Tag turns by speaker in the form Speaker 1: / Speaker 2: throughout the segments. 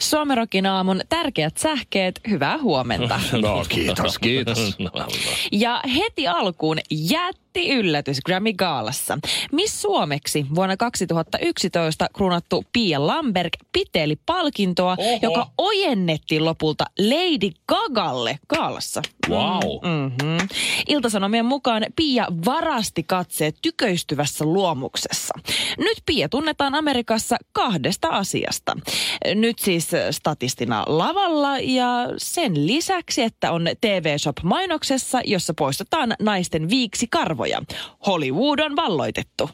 Speaker 1: Suomerokin aamun tärkeät sähkeet, hyvää huomenta.
Speaker 2: No kiitos, kiitos.
Speaker 1: Ja heti alkuun jätti yllätys Grammy Gaalassa. Miss Suomeksi vuonna 2011 kruunattu Pia Lamberg piteli palkintoa,
Speaker 2: Oho.
Speaker 1: joka ojennettiin lopulta Lady Gagalle Gaalassa.
Speaker 2: Wow.
Speaker 1: Mm-hmm. Iltasanomien mukaan Pia varasti katseet tyköistyvässä luomuksessa. Nyt Pia tunnetaan Amerikassa kahdesta asiasta. Nyt siis äh, statistina lavalla ja sen lisäksi, että on TV Shop-mainoksessa, jossa poistetaan naisten viiksi karvoja. Hollywood on valloitettu.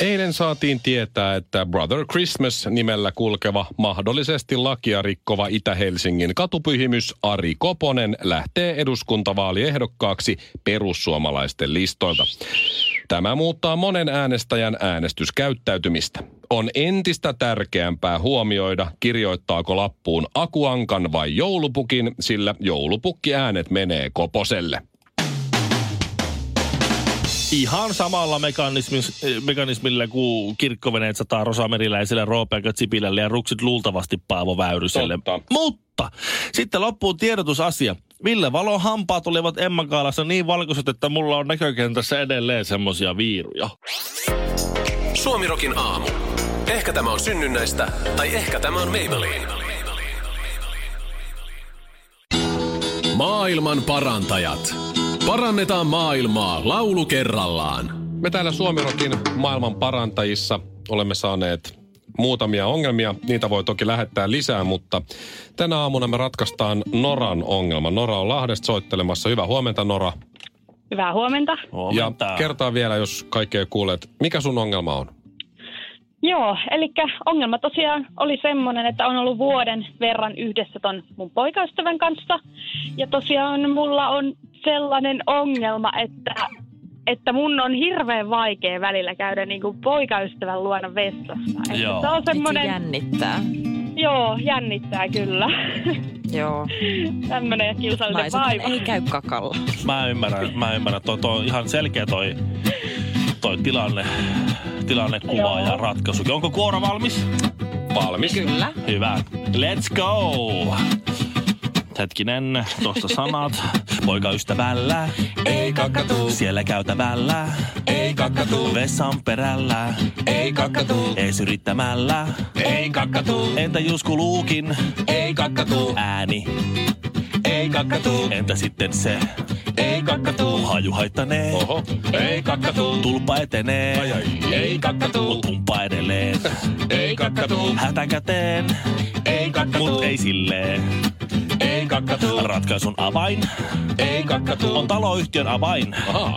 Speaker 2: Eilen saatiin tietää, että Brother Christmas nimellä kulkeva, mahdollisesti lakia rikkova Itä-Helsingin katupyhimys Ari Koponen lähtee eduskuntavaaliehdokkaaksi perussuomalaisten listoilta. Tämä muuttaa monen äänestäjän äänestyskäyttäytymistä. On entistä tärkeämpää huomioida, kirjoittaako lappuun akuankan vai joulupukin, sillä joulupukki äänet menee Koposelle.
Speaker 3: Ihan samalla mekanismis- mekanismilla kuin kirkkoveneet sataa rosameriläisille, roopeakö Sipilälle ja ruksit luultavasti Paavo Väyryselle.
Speaker 2: Totta.
Speaker 3: Mutta sitten loppuu tiedotusasia. Ville Valon hampaat olivat Emman kaalassa niin valkoiset, että mulla on näkökentässä edelleen semmosia viiruja.
Speaker 4: Suomirokin aamu. Ehkä tämä on synnynnäistä, tai ehkä tämä on Maybelline. Maailman parantajat. Parannetaan maailmaa laulu kerrallaan.
Speaker 2: Me täällä Suomirokin maailman parantajissa olemme saaneet muutamia ongelmia. Niitä voi toki lähettää lisää, mutta tänä aamuna me ratkaistaan Noran ongelma. Nora on Lahdesta soittelemassa. Hyvää huomenta, Nora.
Speaker 5: Hyvää huomenta.
Speaker 2: Ja
Speaker 3: Huomenta.
Speaker 2: kertaa vielä, jos kaikkea kuulet. Mikä sun ongelma on?
Speaker 5: Joo, eli ongelma tosiaan oli semmoinen, että on ollut vuoden verran yhdessä ton mun poikaystävän kanssa. Ja tosiaan mulla on sellainen ongelma, että, että mun on hirveän vaikea välillä käydä niinku poikaystävän luona vessassa. Että
Speaker 3: Joo.
Speaker 5: Se on
Speaker 1: Vitsi
Speaker 5: semmoinen,
Speaker 1: jännittää.
Speaker 5: joo, jännittää kyllä.
Speaker 1: Joo,
Speaker 5: Tämmöinen kiusallinen
Speaker 1: naiset
Speaker 5: vaiva.
Speaker 1: ei käy kakalla.
Speaker 3: Mä ymmärrän, mä ymmärrän. Toi, toi on ihan selkeä toi, toi tilanne, tilannekuva
Speaker 5: Joo.
Speaker 3: ja ratkaisu. Onko kuora valmis?
Speaker 2: Valmis.
Speaker 1: Kyllä.
Speaker 3: Hyvä. Let's go! Hetkinen, tuosta sanat. Poika ystävällä,
Speaker 1: Ei kakkatuu,
Speaker 3: siellä käytävällä,
Speaker 1: ei kakkatuu,
Speaker 3: vessan perällä,
Speaker 1: ei kakkatuu,
Speaker 3: ees yrittämällä.
Speaker 1: ei kakkatuu,
Speaker 3: Entä jos kuluukin
Speaker 1: ei kakkatuu.
Speaker 3: ääni?
Speaker 1: Ei kakkatuu,
Speaker 3: Entä sitten se
Speaker 1: ei kakkatuu,
Speaker 3: haju haittanee?
Speaker 2: Oho.
Speaker 1: ei kakkatuu,
Speaker 3: Tulpa etenee,
Speaker 2: Ai, ai.
Speaker 1: ei kakkatuu,
Speaker 3: mut tumppa edelleen.
Speaker 1: ei kakkatuu,
Speaker 3: Hätä käteen,
Speaker 1: ei kakkatuu,
Speaker 3: mut ei silleen.
Speaker 1: ei kakkatuu,
Speaker 3: Ratkaisun avain
Speaker 1: ei kakkatuu,
Speaker 3: on taloyhtiön avain.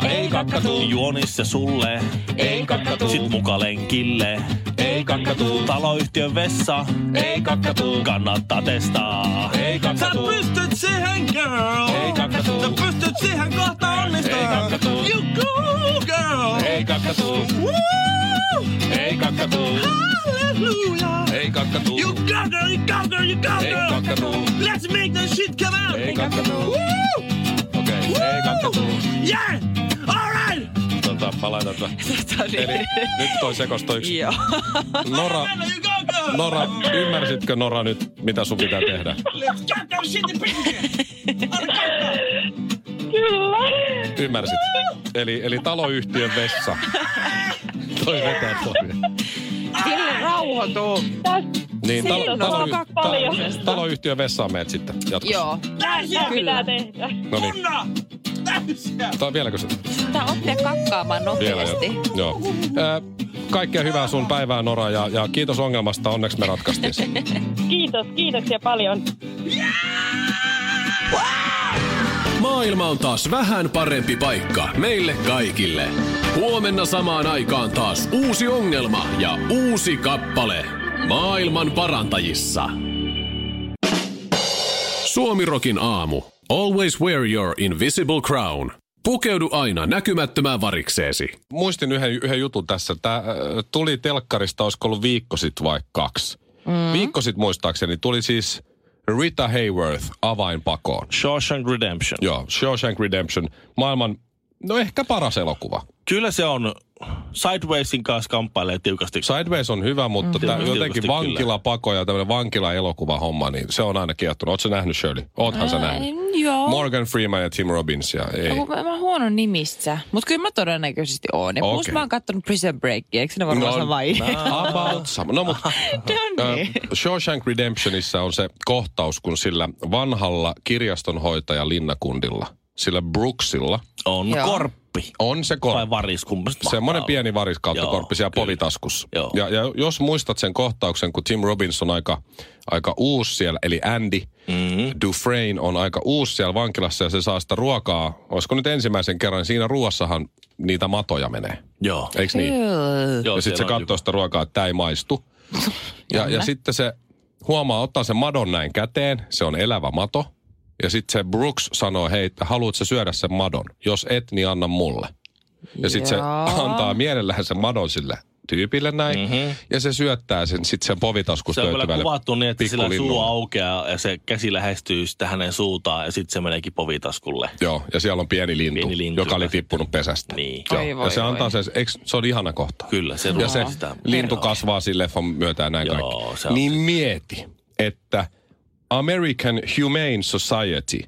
Speaker 1: ei kakkatuu,
Speaker 3: Juonissa sulle,
Speaker 1: ei
Speaker 3: sit
Speaker 1: kakkatuu,
Speaker 3: muka lenkille.
Speaker 1: ei kakkatuu,
Speaker 3: Taloyhtiön vessa
Speaker 1: ei kakkatuu,
Speaker 3: kannattaa testaa.
Speaker 1: ei
Speaker 3: Sä
Speaker 1: kakkatuu,
Speaker 3: pystyt siihen, girl!
Speaker 1: ei kakkatuu,
Speaker 3: Sä pystyt siihen kohta
Speaker 1: Ei
Speaker 3: onnistaa!
Speaker 1: kakkatuu.
Speaker 3: You go, girl!
Speaker 1: ei kakkatuu,
Speaker 3: Woo!
Speaker 1: ei kakkatuu,
Speaker 3: Hallelujah!
Speaker 1: ei kakkatuu,
Speaker 3: You go, girl! You go, girl! You go,
Speaker 1: ei
Speaker 3: girl!
Speaker 1: kakkatuu,
Speaker 3: Let's make this shit come out!
Speaker 1: ei kakkatuu,
Speaker 3: Woo!
Speaker 2: Okei.
Speaker 1: ei kakkatuu.
Speaker 3: Yeah! All right!
Speaker 2: Tota, mä laitan tämän. Eli nyt toi sekos toi yksi.
Speaker 1: Joo.
Speaker 2: Nora,
Speaker 3: You go, girl!
Speaker 2: Nora, ymmärsitkö Nora nyt, mitä sun pitää tehdä?
Speaker 3: Let's get that shit in business!
Speaker 5: Kyllä.
Speaker 2: Ymmärsit. Eli, eli taloyhtiön vessa. Toi vetää toi.
Speaker 1: Ville rauhoitu.
Speaker 5: Tästä
Speaker 2: Niin, talo,
Speaker 5: Siinä on
Speaker 2: talo,
Speaker 1: kaksi
Speaker 2: talo,
Speaker 5: paljosta.
Speaker 2: taloyhtiön vessaan meet sitten jatkossa.
Speaker 1: Joo.
Speaker 5: näin
Speaker 1: Kyllä.
Speaker 5: pitää tehdä.
Speaker 2: No niin. Tai vieläkö se?
Speaker 1: Tää oppia kakkaamaan
Speaker 2: Vielä jo.
Speaker 1: nopeasti.
Speaker 2: Joo. Ää, kaikkea hyvää sun päivää, Nora, ja, ja kiitos ongelmasta. Onneksi me ratkaistiin se.
Speaker 5: Kiitos, kiitoksia paljon.
Speaker 4: Maailma on taas vähän parempi paikka meille kaikille. Huomenna samaan aikaan taas uusi ongelma ja uusi kappale. Maailman parantajissa.
Speaker 6: Suomirokin aamu. Always wear your invisible crown. Pukeudu aina näkymättömään varikseesi.
Speaker 2: Muistin yhden, yhden jutun tässä. Tämä tuli telkkarista, olisiko ollut viikko sitten vai kaksi. Mm. Viikko sitten muistaakseni tuli siis Rita Hayworth avainpakoon.
Speaker 3: Shawshank Redemption.
Speaker 2: Joo, Shawshank Redemption. Maailman, no ehkä paras elokuva.
Speaker 3: Kyllä se on Sidewaysin kanssa kamppailee tiukasti.
Speaker 2: Sideways on hyvä, mutta mm. tää,
Speaker 3: Tietysti,
Speaker 2: jotenkin
Speaker 3: kyllä.
Speaker 2: vankilapako ja tämmöinen vankilaelokuva homma, niin se on aina kiehtonut. Oletko nähnyt Shirley? Oothan sä nähnyt.
Speaker 4: joo.
Speaker 2: Morgan Freeman ja Tim Robbins ja ei.
Speaker 1: Mä, mä oon huono nimissä, mutta kyllä mä todennäköisesti oon. Ja plus
Speaker 2: Okei.
Speaker 1: mä oon kattonut Prison Breakia, eikö ne varmaan no, sama idea?
Speaker 2: about sama. No, mutta
Speaker 1: No niin.
Speaker 2: Shawshank Redemptionissa on se kohtaus, kun sillä vanhalla kirjastonhoitajalinnakunnilla, sillä Brooksilla,
Speaker 3: On
Speaker 1: Joo.
Speaker 3: korppi.
Speaker 2: on se
Speaker 3: Vai
Speaker 2: korppi.
Speaker 3: varis kummasta
Speaker 2: Semmoinen
Speaker 3: mahtaa
Speaker 2: pieni varis kautta
Speaker 3: Joo,
Speaker 2: korppi siellä
Speaker 3: kyllä.
Speaker 2: politaskussa.
Speaker 3: Joo.
Speaker 2: Ja, ja jos muistat sen kohtauksen, kun Tim Robbins on aika, aika uusi siellä, eli Andy mm-hmm. Dufresne on aika uusi siellä vankilassa ja se saa sitä ruokaa. Olisiko nyt ensimmäisen kerran, siinä ruoassahan niitä matoja menee.
Speaker 3: Joo.
Speaker 2: Eiks niin?
Speaker 3: Joo,
Speaker 2: ja sitten se
Speaker 3: siellä on
Speaker 2: katsoo sitä ruokaa, että tämä ei maistu. ja, ja sitten se huomaa, ottaa sen madon näin käteen, se on elävä mato. Ja sitten se Brooks sanoo, hei, että haluatko sä syödä sen madon? Jos et, niin anna mulle. Ja sitten se
Speaker 1: Joo.
Speaker 2: antaa mielellään sen madon sille tyypille näin. Mm-hmm. Ja se syöttää sen sitten sen
Speaker 3: Mhm. Se
Speaker 2: povitaskusta
Speaker 3: on kyllä
Speaker 2: löytyvälle
Speaker 3: kuvattu niin, että sillä suu
Speaker 2: pikkulinnulle.
Speaker 3: aukeaa ja se käsi lähestyy sitä hänen suutaan ja sitten se meneekin povitaskulle.
Speaker 2: Joo, ja siellä on pieni lintu,
Speaker 3: Pieni lintu
Speaker 2: joka oli
Speaker 3: joka
Speaker 2: tippunut pesästä.
Speaker 3: Niin.
Speaker 2: Joo.
Speaker 1: Oi,
Speaker 2: ja
Speaker 1: voi,
Speaker 2: se antaa
Speaker 1: voi.
Speaker 2: sen, eiks, se on ihana kohta.
Speaker 3: Kyllä, se
Speaker 2: Ja se
Speaker 3: ruokaa sitä.
Speaker 2: lintu
Speaker 3: Joo.
Speaker 2: kasvaa siinä leffan myötä ja näin
Speaker 3: Joo, se
Speaker 2: kaikki.
Speaker 3: on siis-
Speaker 2: Niin mieti, että American Humane Society,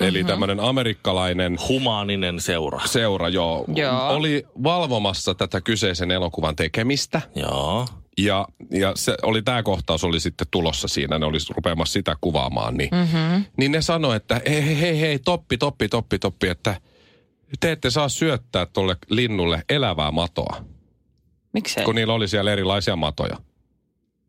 Speaker 2: eli tämmöinen amerikkalainen
Speaker 3: Humaaninen seura.
Speaker 2: seura, joo,
Speaker 1: Joo.
Speaker 2: oli valvomassa tätä kyseisen elokuvan tekemistä.
Speaker 3: Joo.
Speaker 2: Ja, ja se oli tämä kohtaus oli sitten tulossa siinä, ne olisi rupeamassa sitä kuvaamaan. Niin, mm-hmm. niin ne sanoi, että hei, hei, hei, hei, toppi, toppi, toppi, toppi, että te ette saa syöttää tuolle linnulle elävää matoa,
Speaker 1: Miksei?
Speaker 2: kun niillä oli siellä erilaisia matoja.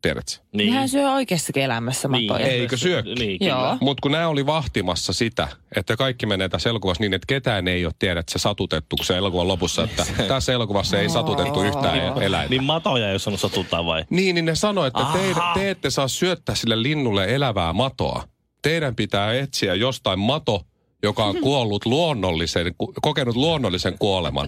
Speaker 2: Tiedätkö?
Speaker 3: Niin.
Speaker 1: Nehän syö oikeassakin elämässä
Speaker 3: niin.
Speaker 1: matoja.
Speaker 2: Eikö syökin?
Speaker 3: Niin, kyllä.
Speaker 1: Joo.
Speaker 2: Mutta kun nämä oli vahtimassa sitä, että kaikki menee tässä elokuvassa niin, että ketään ei ole tiedä, että se satutettu, kun se elokuvan lopussa, että tässä elokuvassa ei satutettu yhtään eläintä.
Speaker 3: Niin matoja ei ole sanonut satuttaa vai?
Speaker 2: Niin, niin ne sanoi, että te,
Speaker 3: Aha.
Speaker 2: te ette saa syöttää sille linnulle elävää matoa. Teidän pitää etsiä jostain mato, joka on kuollut luonnollisen, ku- kokenut luonnollisen kuoleman.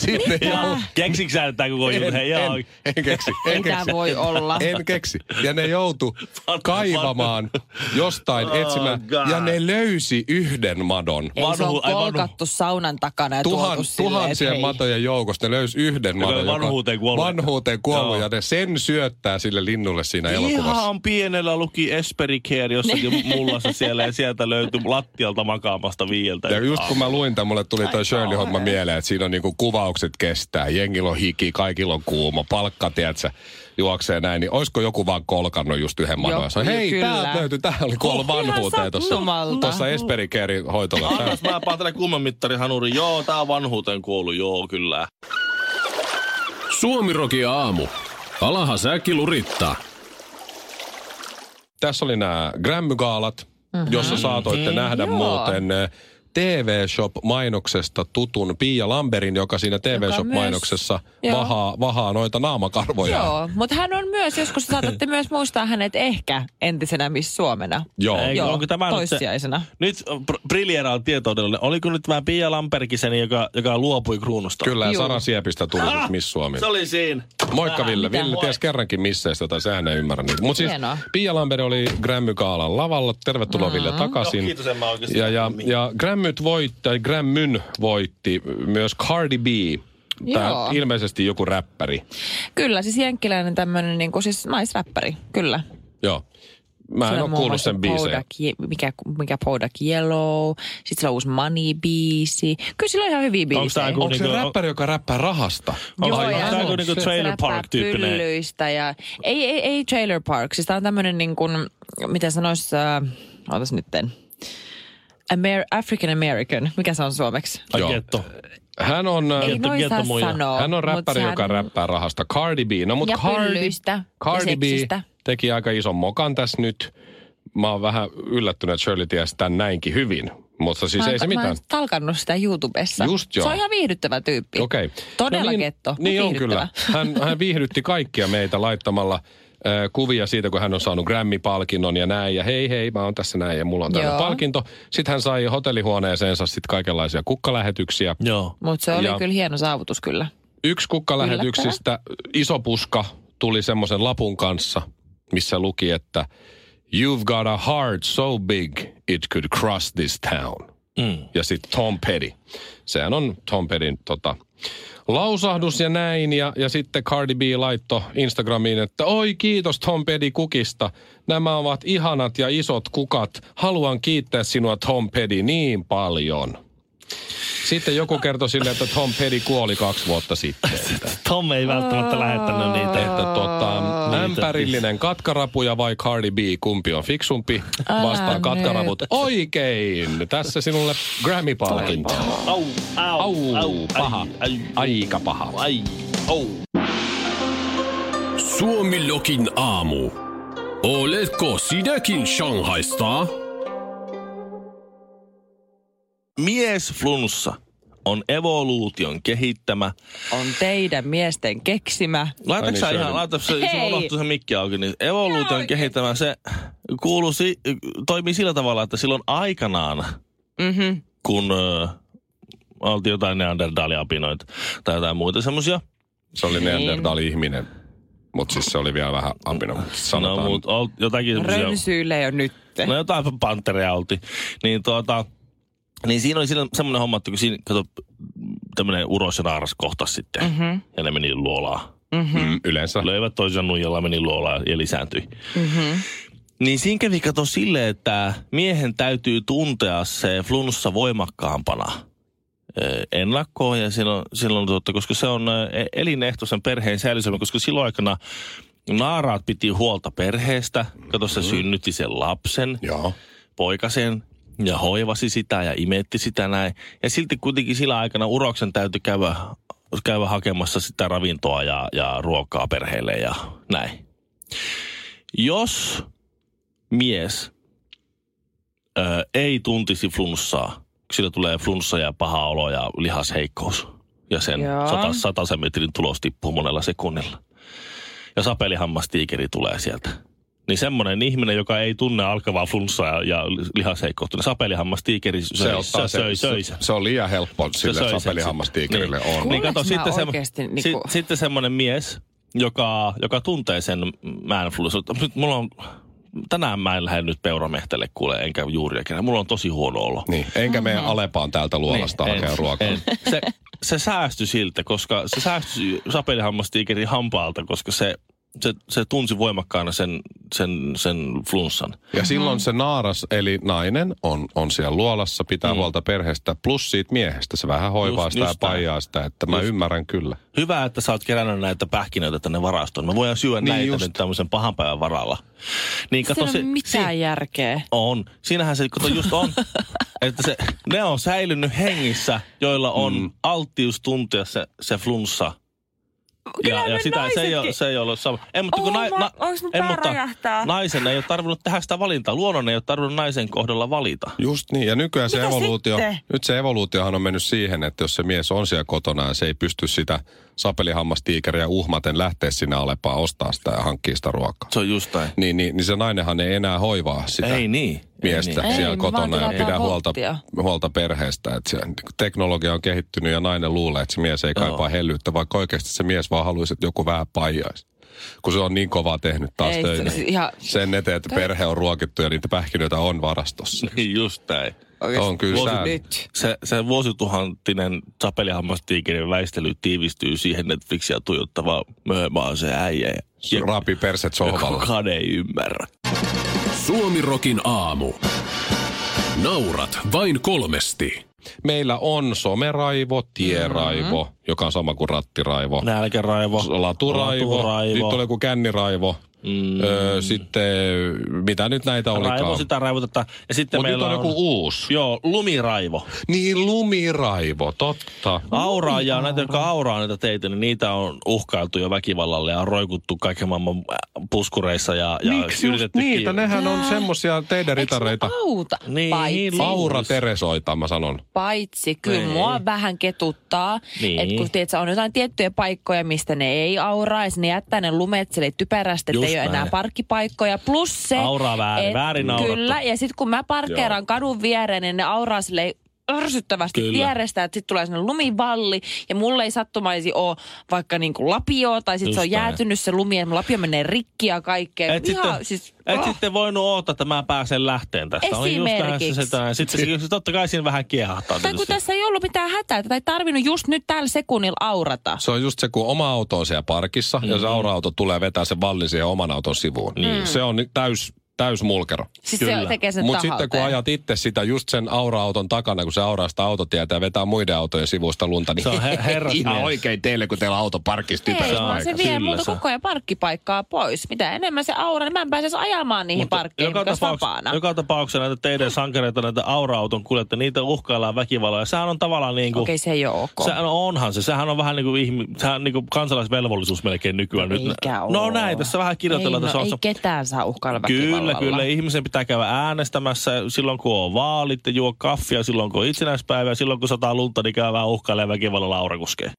Speaker 2: Sitten ei ollut.
Speaker 3: Keksitkö sä tää koko juttu?
Speaker 2: En,
Speaker 3: Hei, joo.
Speaker 2: en, en keksi, en
Speaker 1: Mitä
Speaker 2: keksi.
Speaker 1: voi olla?
Speaker 2: En keksi. Ja ne joutu kaivamaan jostain
Speaker 3: Oh,
Speaker 2: etsimään.
Speaker 3: God.
Speaker 2: Ja ne löysi yhden madon.
Speaker 1: Ei se
Speaker 3: Vanhu-
Speaker 1: on
Speaker 3: ai, vanhu-
Speaker 1: polkattu saunan takana ja
Speaker 2: Tuhan,
Speaker 1: tuotu silleen, että
Speaker 2: tuhansien
Speaker 1: hei.
Speaker 2: matojen joukosta ne löysi yhden
Speaker 3: Joka
Speaker 2: madon.
Speaker 3: oli vanhuuteen kuollut.
Speaker 2: Vanhuuteen kuollut
Speaker 3: Joo.
Speaker 2: ja ne sen syöttää sille linnulle siinä elokuvassa.
Speaker 3: Ihan pienellä luki Espericare
Speaker 1: Niin.
Speaker 3: jossakin mullassa siellä ja sieltä löytyi lattialta makaamasta viieltä.
Speaker 2: Ja just kun mä luin tämän, mulle tuli toi Shirley-homma mieleen, että siinä on niinku kuvaukset kestää, jengillä on hiki, kaikilla on kuuma, palkka, tiedätkö, juoksee näin, niin olisiko joku vaan kolkannut just yhden
Speaker 1: Joo,
Speaker 2: madon ja sanoi, hei,
Speaker 1: kyllä.
Speaker 2: täältä löytyi, tää oli kuollut vanhuuteen tuossa,
Speaker 1: sattumalta.
Speaker 2: tuossa Esperikerin hoitolassa.
Speaker 3: Annas, mä päätelen kuumemittari hanuri. Joo, tää on vanhuuteen kuollut. Joo, kyllä.
Speaker 6: Suomirokin aamu. Alaha säkki lurittaa.
Speaker 2: Tässä oli nämä Grammy-gaalat,
Speaker 3: Mhm.
Speaker 2: jossa
Speaker 3: Niin,
Speaker 2: saatoitte nähdä
Speaker 1: Joo.
Speaker 2: muuten eh, TV Shop-mainoksesta tutun Pia Lamberin, joka siinä TV
Speaker 1: Joka
Speaker 2: Shop-mainoksessa
Speaker 1: myös- joo.
Speaker 2: vahaa, vahaa noita naamakarvoja.
Speaker 1: Joo, mutta hän on myös, joskus saatatte myös muistaa hänet ehkä entisenä Miss Suomena.
Speaker 2: Joo.
Speaker 3: Ei,
Speaker 1: Joo,
Speaker 3: onko tämä nyt se-
Speaker 1: toissijaisena.
Speaker 3: Nyt br- Briljera on tietoudellinen. Oliko nyt tämä Pia Lamperkisen, joka, joka luopui kruunusta?
Speaker 2: Kyllä, ja
Speaker 1: Juu.
Speaker 2: Sara Siepistä tuli nyt Miss Suomi.
Speaker 3: Ah! Se oli siinä.
Speaker 2: Moikka Ville. Ville
Speaker 3: Moi.
Speaker 2: ties kerrankin misseistä, tai sehän ei ymmärrä niitä. Mutta siis
Speaker 1: Hienoa.
Speaker 2: Pia Lamberi oli Grammy Kaalan lavalla. Tervetuloa Ville takaisin.
Speaker 3: Mm-hmm. Joo, kiitos, en mä oikeasti
Speaker 2: ja, ja,
Speaker 3: tiennyt.
Speaker 2: ja Grammyt voitti, tai Grammyn voitti myös Cardi B. Tää
Speaker 1: Joo.
Speaker 2: ilmeisesti joku räppäri.
Speaker 1: Kyllä, siis jenkkiläinen tämmöinen, niin kuin, siis naisräppäri, kyllä.
Speaker 2: Joo. Mä en
Speaker 1: Sillä
Speaker 2: ole
Speaker 1: on muun
Speaker 2: kuullut
Speaker 1: muassa
Speaker 2: no, sen biisejä.
Speaker 1: Kodak Ye- mikä, mikä Kodak Yellow, sitten sillä on uusi Money-biisi. Kyllä sillä on ihan hyviä biisejä.
Speaker 3: Onks tää ku-
Speaker 2: Onko se
Speaker 3: Niinku-
Speaker 2: räppäri, joka räppää rahasta?
Speaker 3: Joo,
Speaker 2: Ai,
Speaker 3: ja-
Speaker 2: ai,
Speaker 3: tää
Speaker 2: ai.
Speaker 3: on niinku
Speaker 1: se-
Speaker 3: Trailer
Speaker 1: se
Speaker 3: Park
Speaker 1: läppää
Speaker 3: tyyppinen.
Speaker 1: Pyllyistä ja, ei, ei, ei Trailer Park, siis tää on tämmönen niin kuin, mitä sanois, äh, ootas nytten, Amer- African American, mikä se on suomeksi?
Speaker 2: Joo.
Speaker 3: Getto.
Speaker 2: Hän on... äh,
Speaker 1: Ei
Speaker 3: Getto-
Speaker 1: noin saa
Speaker 3: gettomuija.
Speaker 1: sanoa.
Speaker 2: Hän on
Speaker 1: mut
Speaker 2: räppäri,
Speaker 1: sehän-
Speaker 2: joka räppää rahasta. Cardi B. No, mutta
Speaker 1: Ja
Speaker 2: Cardi,
Speaker 1: pyllyistä ja
Speaker 2: Cardi B
Speaker 1: seksistä.
Speaker 2: teki aika ison mokan tässä nyt. Mä oon vähän yllättynyt, että Shirley tiesi tämän näinkin hyvin. Mutta siis
Speaker 1: Mä oon-
Speaker 2: ei se
Speaker 1: Mä
Speaker 2: mitään.
Speaker 1: oon talkannut sitä YouTubessa.
Speaker 2: Just joo.
Speaker 1: Se on ihan viihdyttävä tyyppi.
Speaker 2: Okei.
Speaker 1: Todella
Speaker 2: niin,
Speaker 1: getto.
Speaker 2: Niin on
Speaker 1: viihdyttävä.
Speaker 2: kyllä. Hän, hän viihdytti kaikkia meitä laittamalla ö, kuvia siitä, kun hän on saanut Grammy-palkinnon ja näin. Ja hei, hei, mä oon tässä näin ja mulla on täällä
Speaker 1: Joo.
Speaker 2: palkinto. Sitten hän sai hotellihuoneeseensa sit kaikenlaisia kukkalähetyksiä.
Speaker 3: Joo.
Speaker 1: Mutta se oli
Speaker 2: Ja-
Speaker 1: kyllä hieno saavutus kyllä.
Speaker 2: Yksi kukkalähetyksistä iso puska tuli semmoisen lapun kanssa, missä luki, että You've got a heart so big it could cross this town.
Speaker 3: Mm.
Speaker 2: Ja sitten Tom Petty. Sehän on Tom Pettyn tota, lausahdus ja näin. Ja, ja sitten Cardi B laitto Instagramiin, että oi kiitos Tom Petty kukista. Nämä ovat ihanat ja isot kukat. Haluan kiittää sinua Tom Petty niin paljon. Sitten joku kertoi sille, että Tom Petty kuoli kaksi vuotta sitten. Että,
Speaker 3: Tom ei välttämättä lähettänyt niitä.
Speaker 2: että tota, ämpärillinen katkarapuja vai Cardi B, kumpi on fiksumpi? Vastaa
Speaker 1: nyt.
Speaker 2: katkaraput oikein. Tässä sinulle Grammy-palkinto.
Speaker 3: Au, au,
Speaker 2: Au, paha.
Speaker 3: ai, ai,
Speaker 2: Aika paha.
Speaker 3: ai, au.
Speaker 6: Suomilokin aamu. Oletko sinäkin Shanghaista?
Speaker 3: Mies flunssa on evoluution kehittämä.
Speaker 1: On teidän miesten keksimä.
Speaker 3: Laitatko sä
Speaker 2: Ai niin,
Speaker 3: ihan,
Speaker 2: se-
Speaker 3: laita se, se
Speaker 1: Hei!
Speaker 3: unohtui se mikki auki, niin evoluution kehittämä, se kuuluu, si, toimii sillä tavalla, että silloin aikanaan,
Speaker 1: Mm-hmm.
Speaker 3: kun ö, oltiin jotain neanderdaaliapinoita tai jotain muita semmosia, No,
Speaker 2: Se oli Neandertal-ihminen. Mutta siis se oli vielä vähän apina. Mut
Speaker 3: Niin. no
Speaker 2: Sanotaan,
Speaker 3: muut, ol, jotakin semmosia,
Speaker 1: Rönsyyle jo nyt.
Speaker 3: No jotain pantereja oltiin. Niin tuota, niin siinä oli silloin semmoinen homma, että kun siinä, kato, tämmöinen uros ja naaras kohtas sitten. Mm-hmm. Ja ne meni luolaan.
Speaker 2: mm, yleensä.
Speaker 3: Löivät toisen nuijalla, meni luolaan ja lisääntyi. Mm-hmm. Niin siinä kävi kato sille, että miehen täytyy tuntea se flunssa voimakkaampana ö, ennakkoon ja silloin, silloin tuota, koska se on ö, elinehto sen perheen säilysemme, koska silloin aikana naaraat piti huolta perheestä, kato se synnytti sen lapsen,
Speaker 2: Joo.
Speaker 3: poikasen ja hoivasi sitä ja imetti sitä näin. Ja silti kuitenkin sillä aikana uroksen täytyy käydä, käydä hakemassa sitä ravintoa ja, ja ruokaa perheelle ja näin. Jos mies ö, ei tuntisi flunssaa, sillä tulee flunssa ja paha olo ja lihasheikkous. Ja sen
Speaker 1: Joo.
Speaker 3: sata, sataisen metrin tulos tippuu monella sekunnilla. Ja sapelihammastiikeri tulee sieltä. Niin semmoinen ihminen, joka ei tunne alkavaa flunssaa ja, ja lihasheikkoutta, niin sapelihammastiikeri söi,
Speaker 2: Se, ottaa
Speaker 3: se, söi,
Speaker 2: se,
Speaker 3: söi
Speaker 2: se, se on liian helppo
Speaker 3: söi
Speaker 2: sille
Speaker 3: sen
Speaker 2: sapelihammastiikerille on.
Speaker 3: sitten. Niin
Speaker 1: Kuulenko
Speaker 3: kato,
Speaker 1: mä
Speaker 3: sitten, se,
Speaker 1: oikeesti
Speaker 3: sit,
Speaker 1: niinku-
Speaker 3: sitten semmoinen mies, joka, joka tuntee sen man flu. Se on, Nyt mulla on, tänään mä en lähde nyt peuramehtelle kuule, enkä juuria kerran. Mulla on tosi huono olo.
Speaker 2: Niin, enkä mene Alepaan täältä luolasta
Speaker 3: Niin,
Speaker 2: hakea
Speaker 3: en,
Speaker 2: ruokaa.
Speaker 3: en. Se, se säästyi siltä, koska se säästyi sapelihammastiikerin hampaalta, koska se, se, se tunsi voimakkaana sen, sen, sen flunssan.
Speaker 2: Ja silloin se naaras, eli nainen, on, on siellä luolassa, pitää huolta perheestä, plus siitä miehestä. Se vähän hoivaa
Speaker 3: Just-
Speaker 2: sitä ja
Speaker 3: just tää.
Speaker 2: paijaa sitä, että mä ymmärrän kyllä.
Speaker 3: Hyvä, että sä oot kerännyt näitä pähkinöitä tänne varastoon. Mä voin syödä
Speaker 2: Niin
Speaker 3: niin näitä
Speaker 2: just.
Speaker 3: nyt tämmöisen pahan päivän varalla. Niin
Speaker 1: Siinä
Speaker 3: kato,
Speaker 1: on
Speaker 3: se,
Speaker 1: mitään järkeä.
Speaker 3: On. Siinähän se, kato just on, että se, ne on säilynyt hengissä, joilla on mm. alttius tuntia se, se flunssa.
Speaker 1: Kyllä me
Speaker 3: se ei, ole,
Speaker 1: naisetkin-
Speaker 3: se ei ole sama. En, mutta kun
Speaker 1: Oh
Speaker 3: nai,
Speaker 1: my- onks mun
Speaker 3: en,
Speaker 1: pää
Speaker 3: mutta
Speaker 1: räjähtää?
Speaker 3: naisen ei ole tarvinnut tehdä sitä valintaa. Luonnon ei ole tarvinnut naisen kohdalla valita.
Speaker 2: Just niin, ja nykyään se
Speaker 1: Mitä
Speaker 2: evoluutio,
Speaker 1: sitten?
Speaker 2: nyt se evoluutiohan on mennyt siihen, että jos se mies on siellä kotona ja se ei pysty sitä sapelihammastiikeriä uhmaten lähteä sinne Alepaan ostaa sitä ja hankkia sitä ruokaa.
Speaker 3: Se on just näin.
Speaker 2: Niin, niin, niin se nainenhan ei enää hoivaa sitä
Speaker 3: Ei niin.
Speaker 2: miestä
Speaker 3: Ei
Speaker 2: ei,
Speaker 3: niin.
Speaker 2: siellä
Speaker 1: Ei, me vaan
Speaker 2: kotona ja
Speaker 1: tilataan
Speaker 2: pidä huolta,
Speaker 1: volttia.
Speaker 2: huolta perheestä. Että se, niin kuin teknologia on kehittynyt ja nainen luulee, että se mies ei kaipaa
Speaker 3: Joo.
Speaker 2: hellyyttä, vaikka oikeasti se mies vaan haluaisi, että joku vähän paijaisi. Kun se on niin kovaa tehnyt taas
Speaker 1: Ei,
Speaker 2: töitä.
Speaker 1: se- se- ihan-
Speaker 2: Sen eteen, että perhe on ruokittu ja niitä pähkinöitä on varastossa.
Speaker 3: Niin just näin.
Speaker 2: on kyllä sääli.
Speaker 1: Nyt.
Speaker 3: Se, se vuosituhantinen sapelihammastiikerin väistely tiivistyy siihen Netflixiä tuijottavaan möhömaan se äijä. ja- Ja
Speaker 2: rapi perset sohvalla.
Speaker 3: kukaan ei ymmärrä.
Speaker 6: Suomirokin aamu. Naurat vain kolmesti.
Speaker 2: Meillä on someraivo, tieraivo, mm-hmm. joka on sama kuin rattiraivo.
Speaker 3: Nälkäraivo.
Speaker 2: Laturaivo,
Speaker 3: Laturaivo.
Speaker 2: sitten oli joku känniraivo, mm. öö, sitten mitä nyt näitä olikaan.
Speaker 3: Raivo sitä raivotetta. Ja sitten
Speaker 2: Mutta nyt
Speaker 3: meillä
Speaker 2: on joku uusi.
Speaker 3: Joo, lumiraivo.
Speaker 2: Niin lumiraivo, totta.
Speaker 3: Auraajaa, näitä, jotka auraa näitä teitä, niin niitä on uhkailtu jo väkivallalle ja on roikuttu kaiken maailman äh, puskureissa ja, ja
Speaker 2: Miksi just
Speaker 3: yritetty
Speaker 2: niitä?
Speaker 3: kiinni.
Speaker 2: Nehän on semmosia teidän ritareita.
Speaker 1: Eikö ne auta?
Speaker 3: Niin,
Speaker 1: Paitsi,
Speaker 3: lu-
Speaker 2: Aura Teresoita, mä sanon.
Speaker 1: paitsi kyllä
Speaker 3: Niin.
Speaker 1: mua vähän ketuttaa,
Speaker 3: Niin.
Speaker 1: että kun tiedätkö, on jotain tiettyjä paikkoja, mistä ne ei auraa, ja sinne jättää ne lumet sille typerästi,
Speaker 3: Just
Speaker 1: että
Speaker 3: Just
Speaker 1: ei ole enää
Speaker 3: näin.
Speaker 1: parkkipaikkoja. Plus se,
Speaker 3: Auraa väärin, väärin naurattu.
Speaker 1: Kyllä, ja sitten kun mä parkkeeraan kadun viereen, niin ne auraa silleen ärsyttävästi
Speaker 3: Kyllä.
Speaker 1: vierestä, että sitten tulee sinne lumivalli, ja mulle ei sattumaisi ole vaikka niinku lapio, tai sitten
Speaker 3: Just
Speaker 1: se on
Speaker 3: näin.
Speaker 1: jäätynyt se lumi, ja mun lapio menee rikki ja kaikkea.
Speaker 3: Et,
Speaker 1: Ihan,
Speaker 3: sitten,
Speaker 1: siis,
Speaker 3: siis, et
Speaker 1: oh.
Speaker 3: sitten voinut odottaa, että mä pääsen lähteen tästä. Olin just
Speaker 1: Esimerkiksi.
Speaker 3: lähdössä sitä, ja sitten se, totta kai siinä vähän kiehahtaa.
Speaker 1: Tai kun
Speaker 3: tietysti.
Speaker 1: tässä ei ollut mitään hätää, tätä ei tarvinnut just nyt tällä sekunnilla aurata.
Speaker 2: Se on just se, kun oma auto on siellä parkissa mm-hmm. ja se aura-auto tulee vetää sen vallin siihen oman auton sivuun. Mm. Se on ni- täys, täys mulkero.
Speaker 1: Siis se
Speaker 3: Kyllä.
Speaker 1: tekee sen
Speaker 2: Mutta sitten kun
Speaker 1: tahalleen.
Speaker 2: ajat itse sitä just sen aura-auton takana, kun se auraa sitä autotietä ja vetää muiden autojen sivuista lunta, niin
Speaker 3: Se on her- herrasmies.
Speaker 2: ihan oikein teille, kun teillä auto parkissa
Speaker 1: Ei,
Speaker 2: typerässä
Speaker 1: vaan se
Speaker 2: paikassa.
Speaker 1: vie
Speaker 3: Kyllä
Speaker 1: muuta
Speaker 3: se on.
Speaker 1: koko ajan parkkipaikkaa pois. Mitä enemmän se aura, niin mä en pääse edes ajamaan niihin
Speaker 3: Mutta
Speaker 1: parkkiin, joka olisi
Speaker 3: tapauks-
Speaker 1: vapaana.
Speaker 3: joka tapauksessa näitä teidän sankareita, näitä aura-auton kuljettajia, niitä uhkaillaan väkivalloja. Sehän on tavallaan niin kuin...
Speaker 1: Okei, se ei ole ok.
Speaker 3: Sehän on, onhan se. Sehän on vähän niin kuin, ihmi, sehän on niin kuin kansalaisvelvollisuus melkein nykyään. nyt.
Speaker 1: Eikä oo.
Speaker 3: No näin, tässä vähän kirjoitellaan.
Speaker 1: ei,
Speaker 3: tässä
Speaker 1: no,
Speaker 3: on-
Speaker 1: ei ketään saa uhkailla
Speaker 3: Kyllä,
Speaker 1: väkivallalla.
Speaker 3: kyllä. Ihmisen pitää käydä äänestämässä silloin, kun on vaalit ja juo kaffia, silloin kun on itsenäispäivä ja silloin, kun sataa lunta, niin käy vähän uhkailemaan väkivallalla aurakuskeen.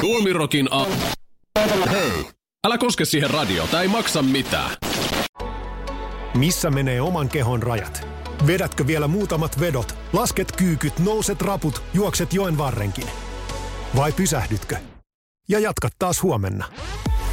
Speaker 6: Tuomirokin a... Hei! Älä koske siihen radio, tai ei maksa mitään.
Speaker 7: Missä menee oman kehon rajat? Vedätkö vielä muutamat vedot? Lasket kyykyt, nouset raput, juokset joen varrenkin. Vai pysähdytkö? Ja jatka taas huomenna.